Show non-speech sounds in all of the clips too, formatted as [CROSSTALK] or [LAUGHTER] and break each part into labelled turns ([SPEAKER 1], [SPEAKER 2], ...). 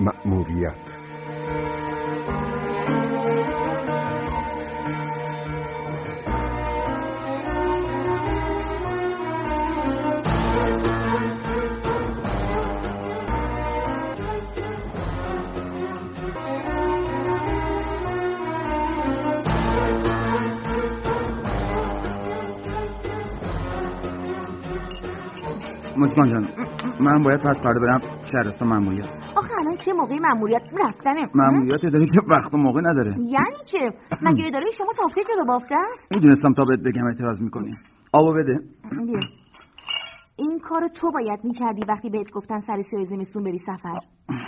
[SPEAKER 1] مأموریت
[SPEAKER 2] مجگان جان من باید پس فردا برم شهرستان مأموریت
[SPEAKER 3] آخه الان چه موقع مأموریت رفتنه
[SPEAKER 2] مأموریت اداره چه وقت و موقع نداره
[SPEAKER 3] یعنی چه مگه اداره شما تافته جدا بافته است
[SPEAKER 2] میدونستم تا بهت بگم اعتراض میکنی آبو بده
[SPEAKER 3] بیا این کارو تو باید میکردی وقتی بهت گفتن سر سیاه زمستون بری سفر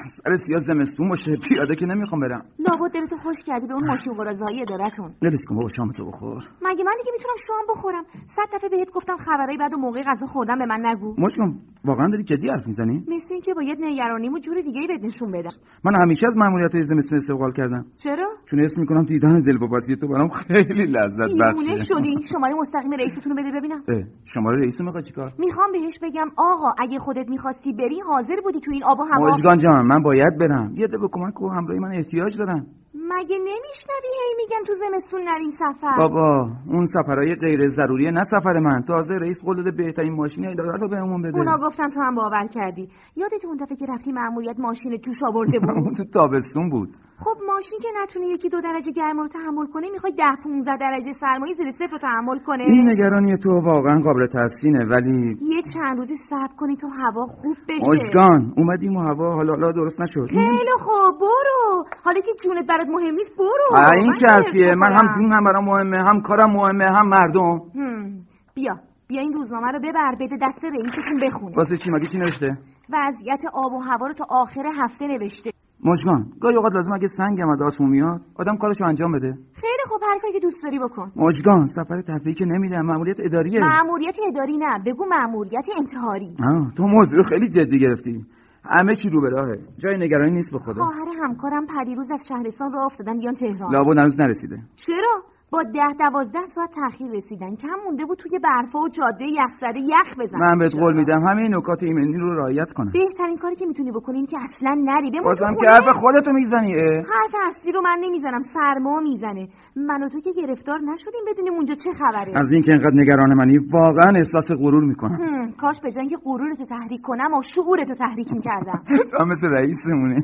[SPEAKER 2] سر سیاه زمستون باشه پیاده که نمیخوام برم
[SPEAKER 3] لابد دلتو خوش کردی به اون ماشین قرازهای ادارتون
[SPEAKER 2] ولش کن بابا شام تو بخور
[SPEAKER 3] مگه من دیگه میتونم شام بخورم صد دفعه بهت گفتم خبرای بعد و موقع غذا خوردن به من نگو
[SPEAKER 2] مجگان واقعا داری جدی حرف میزنی
[SPEAKER 3] مثل اینکه باید نگرانیمو جور دیگه ای بهت نشون بدم
[SPEAKER 2] من همیشه از مأموریت های زمستون استقبال کردم
[SPEAKER 3] چرا
[SPEAKER 2] چون اسم میکنم دیدن دلواپسی تو برام خیلی لذت
[SPEAKER 3] دیوونه
[SPEAKER 2] بخشه
[SPEAKER 3] شدی شماره مستقیم رئیستون رو بده ببینم
[SPEAKER 2] اه، شماره رئیس رو میخوای چیکار
[SPEAKER 3] میخوام بهش بگم آقا اگه خودت میخواستی بری حاضر بودی تو این آب و هوا
[SPEAKER 2] مجگان جان من باید برم یه ده به کمک و همراهی من احتیاج دارم
[SPEAKER 3] مگه نمیشنوی هی میگن تو زمستون نرین سفر
[SPEAKER 2] بابا اون سفرهای غیر ضروریه نه سفر من تازه رئیس قول داده بهترین ماشین اداره رو بهمون بده
[SPEAKER 3] اونا گفتن تو هم باور کردی یادت اون دفعه که رفتی مأموریت ماشین جوش آورده
[SPEAKER 2] [LAUGHS]
[SPEAKER 3] بود
[SPEAKER 2] اون تو تابستون بود
[SPEAKER 3] خب ماشین که نتونه یکی دو درجه گرما رو تحمل کنه میخوای ده 15 درجه سرمایه زیر صفر رو تحمل کنه
[SPEAKER 2] این نگرانی تو واقعا قابل تحسینه ولی
[SPEAKER 3] یه چند روزی صبر کنی تو هوا خوب بشه
[SPEAKER 2] مشگان اومدیم و هوا حالا حالا درست نشد
[SPEAKER 3] خیلی خوب برو حالا که جونت برات مهم نیست برو
[SPEAKER 2] آه، این
[SPEAKER 3] من
[SPEAKER 2] چه حرفیه
[SPEAKER 3] حرص
[SPEAKER 2] من هم
[SPEAKER 3] می‌خورم.
[SPEAKER 2] جون هم برام مهمه هم کارم مهمه هم مردم
[SPEAKER 3] هم. بیا بیا این روزنامه رو ببر بده دست رئیستون بخونه
[SPEAKER 2] واسه چی مگه چی نوشته
[SPEAKER 3] وضعیت آب و هوا رو تا آخر هفته نوشته
[SPEAKER 2] مشگان گاهی اوقات لازم اگه سنگم از آسمون میاد آدم کارشو انجام بده
[SPEAKER 3] خیلی خوب هر کاری که دوست داری بکن
[SPEAKER 2] مشگان سفر تفریحی که نمیدم مأموریت اداریه
[SPEAKER 3] مأموریت اداری نه بگو مأموریت انتحاری
[SPEAKER 2] آه، تو موضوع رو خیلی جدی گرفتی همه چی رو به راهه جای نگرانی نیست به خدا
[SPEAKER 3] خواهر همکارم پریروز از شهرستان راه افتادن بیان تهران
[SPEAKER 2] لابد هنوز نرسیده
[SPEAKER 3] چرا با ده دوازده ساعت تاخیر رسیدن کم مونده بود توی برفا و جاده یخزده یخ بزن
[SPEAKER 2] من بهت
[SPEAKER 3] چرا؟
[SPEAKER 2] قول میدم همه این نکات ایمنی رو رعایت کنم
[SPEAKER 3] بهترین کاری که میتونی بکنی این که اصلا نری بمون تو
[SPEAKER 2] بازم
[SPEAKER 3] خونه.
[SPEAKER 2] که حرف خودتو میزنی اه.
[SPEAKER 3] حرف اصلی رو من نمیزنم سرما میزنه من و تو که گرفتار نشدیم بدونیم اونجا چه خبره
[SPEAKER 2] از اینکه انقدر نگران منی واقعا احساس غرور
[SPEAKER 3] [LAUGHS]
[SPEAKER 2] میکنم
[SPEAKER 3] هم، کاش به جنگ غرورتو تحریک کنم و شعورتو تحریک میکردم
[SPEAKER 2] تو هم مثل رئیسمونه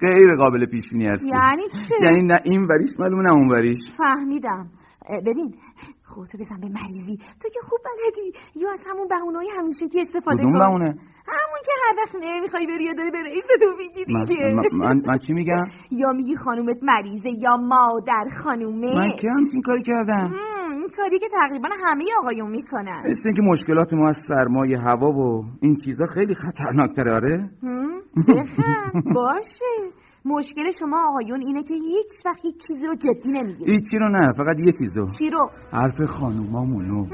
[SPEAKER 2] غیر قابل پیش بینی هستی
[SPEAKER 3] یعنی چه
[SPEAKER 2] یعنی نه این وریش معلومه نه اون وریش
[SPEAKER 3] فهمیدم اه، ببین خب، خودتو بزن به مریضی تو که خوب بلدی یا از همون بهونه‌های همیشه که استفاده
[SPEAKER 2] کدوم
[SPEAKER 3] کن
[SPEAKER 2] بهونه؟
[SPEAKER 3] همون که هر وقت نمیخوای بری یا داری به رئیستو میگی
[SPEAKER 2] من,
[SPEAKER 3] [LAUGHS] دیگه
[SPEAKER 2] من- من, من چی میگم
[SPEAKER 3] یا میگی خانومت مریضه یا مادر خانومه
[SPEAKER 2] من که همچین کاری کردم
[SPEAKER 3] هم، این کاری که تقریبا همه آقایون میکنن
[SPEAKER 2] مثل اینکه مشکلات ما از سرمایه هوا و این چیزا خیلی خطرناکتره آره
[SPEAKER 3] هم، بخند باشه مشکل شما آقایون اینه که هیچ وقت هیچ چیزی رو جدی نمیگیرید
[SPEAKER 2] هیچی رو نه فقط یه چیزو
[SPEAKER 3] چی رو
[SPEAKER 2] حرف خانومامونو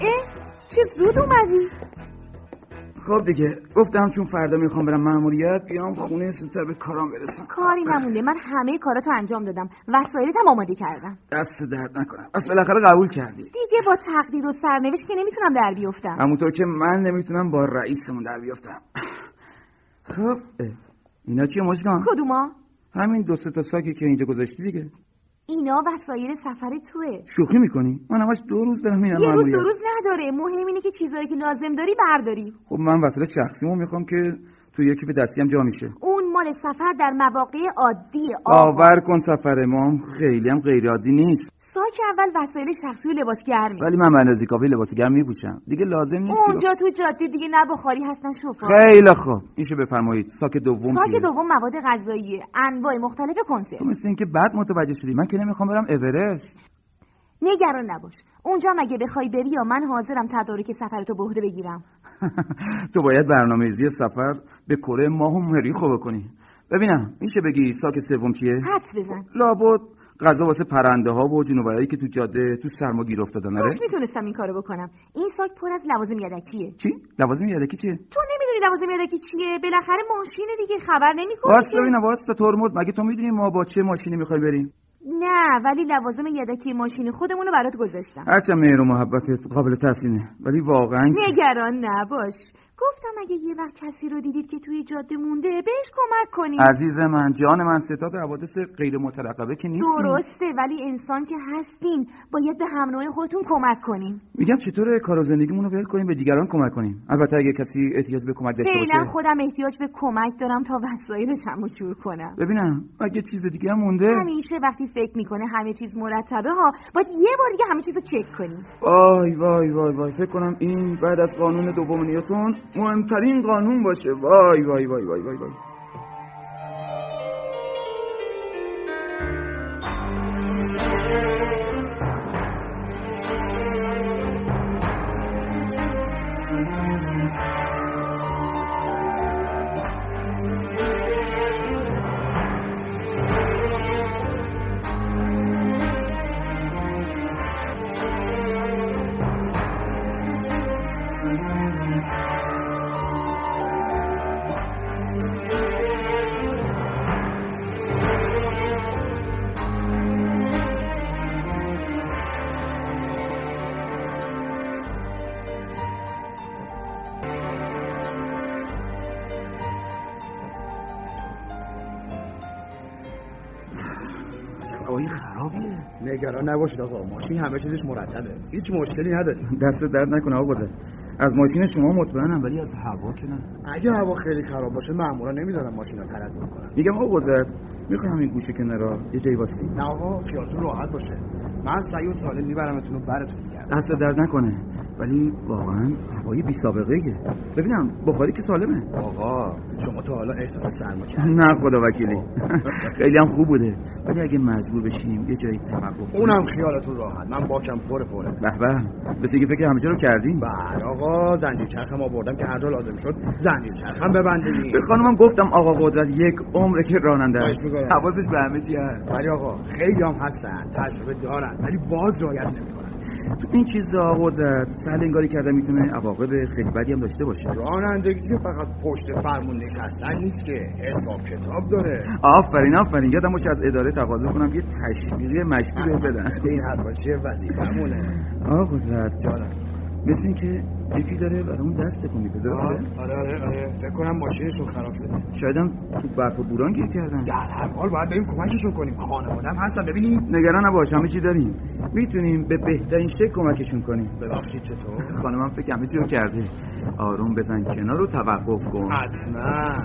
[SPEAKER 3] اه چه زود اومدی
[SPEAKER 2] خب دیگه گفتم چون فردا میخوام برم مأموریت بیام خونه زودتر به کارام برسم
[SPEAKER 3] کاری نمونده من همه کاراتو انجام دادم وسایلت هم آماده کردم
[SPEAKER 2] دست درد نکنم پس بالاخره قبول کردی
[SPEAKER 3] دیگه با تقدیر و سرنوشت که نمیتونم در بیفتم
[SPEAKER 2] همونطور که من نمیتونم با رئیسمون در بیافتم خب اه، اینا چیه مشگان
[SPEAKER 3] کدوما
[SPEAKER 2] همین دو سه تا ساکی که اینجا گذاشتی دیگه
[SPEAKER 3] اینا وسایل سفر توه
[SPEAKER 2] شوخی میکنی من همش دو روز دارم میرم
[SPEAKER 3] یه روز
[SPEAKER 2] مأموریت
[SPEAKER 3] دو روز نداره مهم اینه که چیزایی که لازم داری برداری
[SPEAKER 2] خب من وسایل شخصیمو میخوام که تو یه کیف دستیم جا میشه
[SPEAKER 3] اون مال سفر در مواقع عادی
[SPEAKER 2] باور کن سفر ما هم خیلی هم غیر عادی نیست
[SPEAKER 3] ساک اول وسایل شخصی و لباس گرمی
[SPEAKER 2] ولی من به اندازه کافی لباس گرم میپوشم دیگه لازم نیست که
[SPEAKER 3] اونجا تو جاده دیگه نه بخاری هستن شوفا
[SPEAKER 2] خیلی خوب میشه بفرمایید ساک دوم
[SPEAKER 3] ساک
[SPEAKER 2] چیه؟
[SPEAKER 3] دوم مواد غذاییه انواع مختلف
[SPEAKER 2] تو
[SPEAKER 3] کنسرو
[SPEAKER 2] مثل اینکه بعد متوجه شدی من که نمیخوام برم اورست [LAUGHS]
[SPEAKER 3] نگران نباش اونجا هم اگه بخوای بری یا من حاضرم تدارک سفرتو به عهده بگیرم
[SPEAKER 2] تو باید برنامه‌ریزی سفر به کره ماه و مریخو بکنی ببینم میشه بگی ساک سوم چیه
[SPEAKER 3] حدس بزن
[SPEAKER 2] لابد غذا واسه پرنده ها و جونورایی که تو جاده تو سرما گیر افتادن آره
[SPEAKER 3] کاش میتونستم این کارو بکنم این ساک پر از لوازم یدکیه
[SPEAKER 2] چی لوازم یدکی چیه
[SPEAKER 3] تو نمیدونی میدونی لوازم یدکی چیه بالاخره ماشین دیگه خبر نمیکنه
[SPEAKER 2] واسه ببینم واسه ترمز مگه تو میدونی ما با چه ماشینی میخوایم بریم
[SPEAKER 3] نه ولی لوازم یدکی ماشین خودمون رو برات گذاشتم
[SPEAKER 2] هرچند مهر و محبتت قابل تحسینه ولی واقعا که-
[SPEAKER 3] نگران نباش گفتم اگه یه وقت کسی رو دیدید که توی جاده مونده بهش کمک کنید
[SPEAKER 2] عزیز من جان من ستاد حوادث غیر مترقبه که نیستی
[SPEAKER 3] درسته ولی انسان که هستین باید به همنوع خودتون کمک کنین
[SPEAKER 2] میگم چطور کار و زندگیمون رو ول کنیم به دیگران کمک کنیم البته اگه کسی احتیاج به کمک داشته
[SPEAKER 3] فعلا
[SPEAKER 2] باشه
[SPEAKER 3] خودم احتیاج به کمک دارم تا وسایلشم رو جور کنم
[SPEAKER 2] ببینم اگه چیز دیگه هم مونده
[SPEAKER 3] همیشه وقتی فکر میکنه همه چیز مرتبه ها باید یه بار دیگه همه چیز رو چک کنیم
[SPEAKER 2] وای وای وای وای فکر کنم این بعد از قانون دوم نیوتن مهمترین قانون باشه وای وای وای وای وای وای اصلا هوایی خرابه
[SPEAKER 1] نگران نباشید آقا ماشین همه چیزش مرتبه هیچ مشکلی نداریم
[SPEAKER 2] دست درد نکنه آقا ده. از ماشین شما مطمئنم ولی از هوا که نه
[SPEAKER 1] اگه هوا خیلی خراب باشه معمولا نمیذارم ماشینا تردد کنن
[SPEAKER 2] میگم آقا قدرت میخوام همین گوشه کنارا یه جایی واسیم
[SPEAKER 1] نه آقا خیالتون راحت باشه من سعی و سالم میبرمتون و براتون میگردم
[SPEAKER 2] دست درد نکنه ولی واقعا هوای بی سابقه ایه. ببینم بخاری که سالمه
[SPEAKER 1] آقا شما تا حالا احساس سرما کردید
[SPEAKER 2] نه خدا وکیلی خیلی هم خوب بوده ولی اگه مجبور بشیم یه جایی توقف کنیم
[SPEAKER 1] اونم خیالتون راحت من باکم پر پره
[SPEAKER 2] به به مثل اینکه فکر همه جا رو کردیم
[SPEAKER 1] بله آقا زنجیر چرخم آوردم که هر جا لازم شد زنجیر چرخم ببندیم
[SPEAKER 2] [LAUGHS] به خانمم گفتم آقا قدرت یک عمره که راننده است
[SPEAKER 1] خواهش می‌کنم.
[SPEAKER 2] حواسش به همه چی هست
[SPEAKER 1] ولی آقا خیلی هم هستن تجربه دارن ولی باز رعایت نمیکنن
[SPEAKER 2] تو این چیزا قدرت سهل انگاری کردن میتونه عواقب خیلی بدی هم داشته باشه
[SPEAKER 1] رانندگی که فقط پشت فرمون نشستن نیست که حساب کتاب داره
[SPEAKER 2] آفرین آفرین یادم باشه از اداره تقاضا کنم یه تشویقی مشتی بهت بدن
[SPEAKER 1] این حرفا چیه وظیفمونه
[SPEAKER 2] آقا قدرت
[SPEAKER 1] جانم
[SPEAKER 2] مثل اینکه یکی داره برامون دست تکون میده درسته
[SPEAKER 1] آره آره آره فکر کنم ماشینشون خراب شده
[SPEAKER 2] شایدم تو برف و بوران گیر کردن
[SPEAKER 1] در هر حال باید بریم کمکشون کنیم خانوادم هستن ببینید
[SPEAKER 2] نگران نباش همه چی داریم میتونیم به بهترین شکل کمکشون کنیم
[SPEAKER 1] ببخشید چطور
[SPEAKER 2] خانمم فکر همه چی رو کرده آروم بزن کنار رو توقف کن
[SPEAKER 1] حتما